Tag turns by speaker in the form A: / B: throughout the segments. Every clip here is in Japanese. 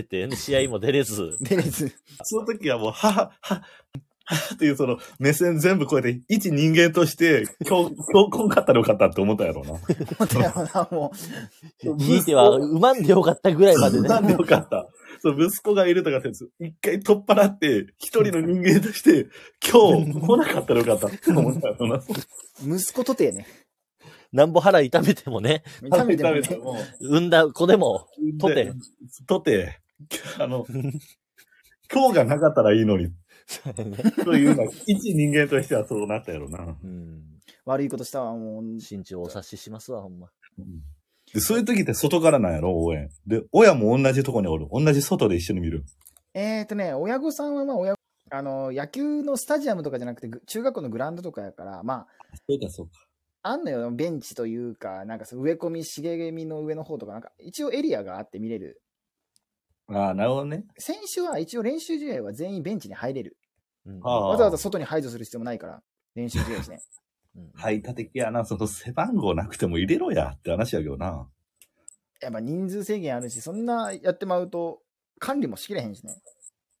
A: ってて、試合も出れず。
B: 出れず。
C: その時はもう、はは、は、はっていうその目線全部超えて、一人間として、強、強行かったらよかったって思ったやろうな。
B: 思ったよな、も
A: ひいては、うまんでよかったぐらいまでね。
C: なんでよかった。そう、息子がいるとかって、一回取っ払って、一人の人間として、今日来なかったらよかったって思ったよな。
B: う、息子とてね、
A: なんぼ腹痛めてもね、
B: 痛めても
C: 食べ
B: ね、
C: も
A: 産んだ子でも、
C: う
A: とて。
C: とて、あの、今日がなかったらいいのに。というのは、一人間としては そうなったやろな。
A: うん、身
B: 悪いことしたわ、もう。
A: 長お察ししますわ、ほんま。
C: でそういう時って外からなんやろ、応援。で、親も同じとこにおる。同じ外で一緒に見る。
B: えーとね、親御さんは、まあ、親、あの、野球のスタジアムとかじゃなくて、ぐ中学校のグラウンドとかやから、ま
C: そうか、そうか。
B: あ、あんのよ、ベンチというか、なんかそう植え込み、茂みの上の方とか、なんか、一応エリアがあって見れる。
C: ああ、なるほどね。
B: 選手は一応練習試合は全員ベンチに入れる。
A: うん
C: ああ
B: わざわざ外に排除する必要もないから、練習試合ですね。
A: うん
C: 排他的やな。その背番号なくても入れろやって話やけどな。
B: やっぱ人数制限あるし、そんなやってまうと、管理もしきれへんしね。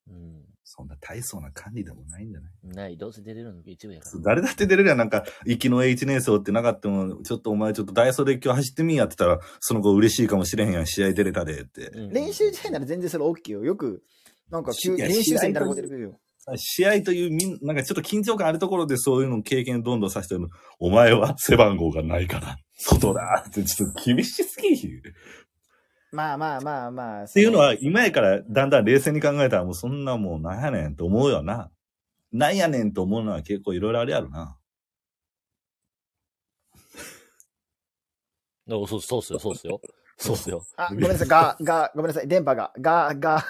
A: うん
C: そんな大層な管理でもないんじゃない
A: ない、どうせ出れるの一部やから。
C: 誰だって出れるやん。なんか、行きの1年生ってなかったもん、ちょっとお前ちょっとダイソーで今日走ってみんやってたら、その子嬉しいかもしれへんやん、試合出れたでって。
A: うん
B: 練習試合なら全然それ OK よ。よく、なんか急、
C: いや
B: 練習生みたいなことやるよ。
C: 試合というみん、なんかちょっと緊張感あるところでそういうの経験どんどんさせてるの、お前は背番号がないから、外だってちょっと厳しすぎる。
B: まあまあまあまあ。っ
C: っていうのは、今やからだんだん冷静に考えたらもうそんなもうなんやねんと思うよな。なんやねんと思うのは結構いろいろあるやろな。
A: おそうそうっすよ、そうっすよ。そうっすよ。
B: あ、ごめんなさい、が、が、ごめんなさい、電波が、が、が、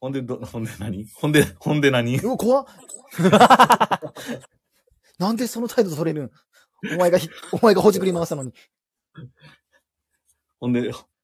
C: ほんでど、ほんで何ほんで、ほんで何
B: うわ、怖っなんでその態度取れるんお前がひ、お前がほじくり回したのに。
C: ほんで、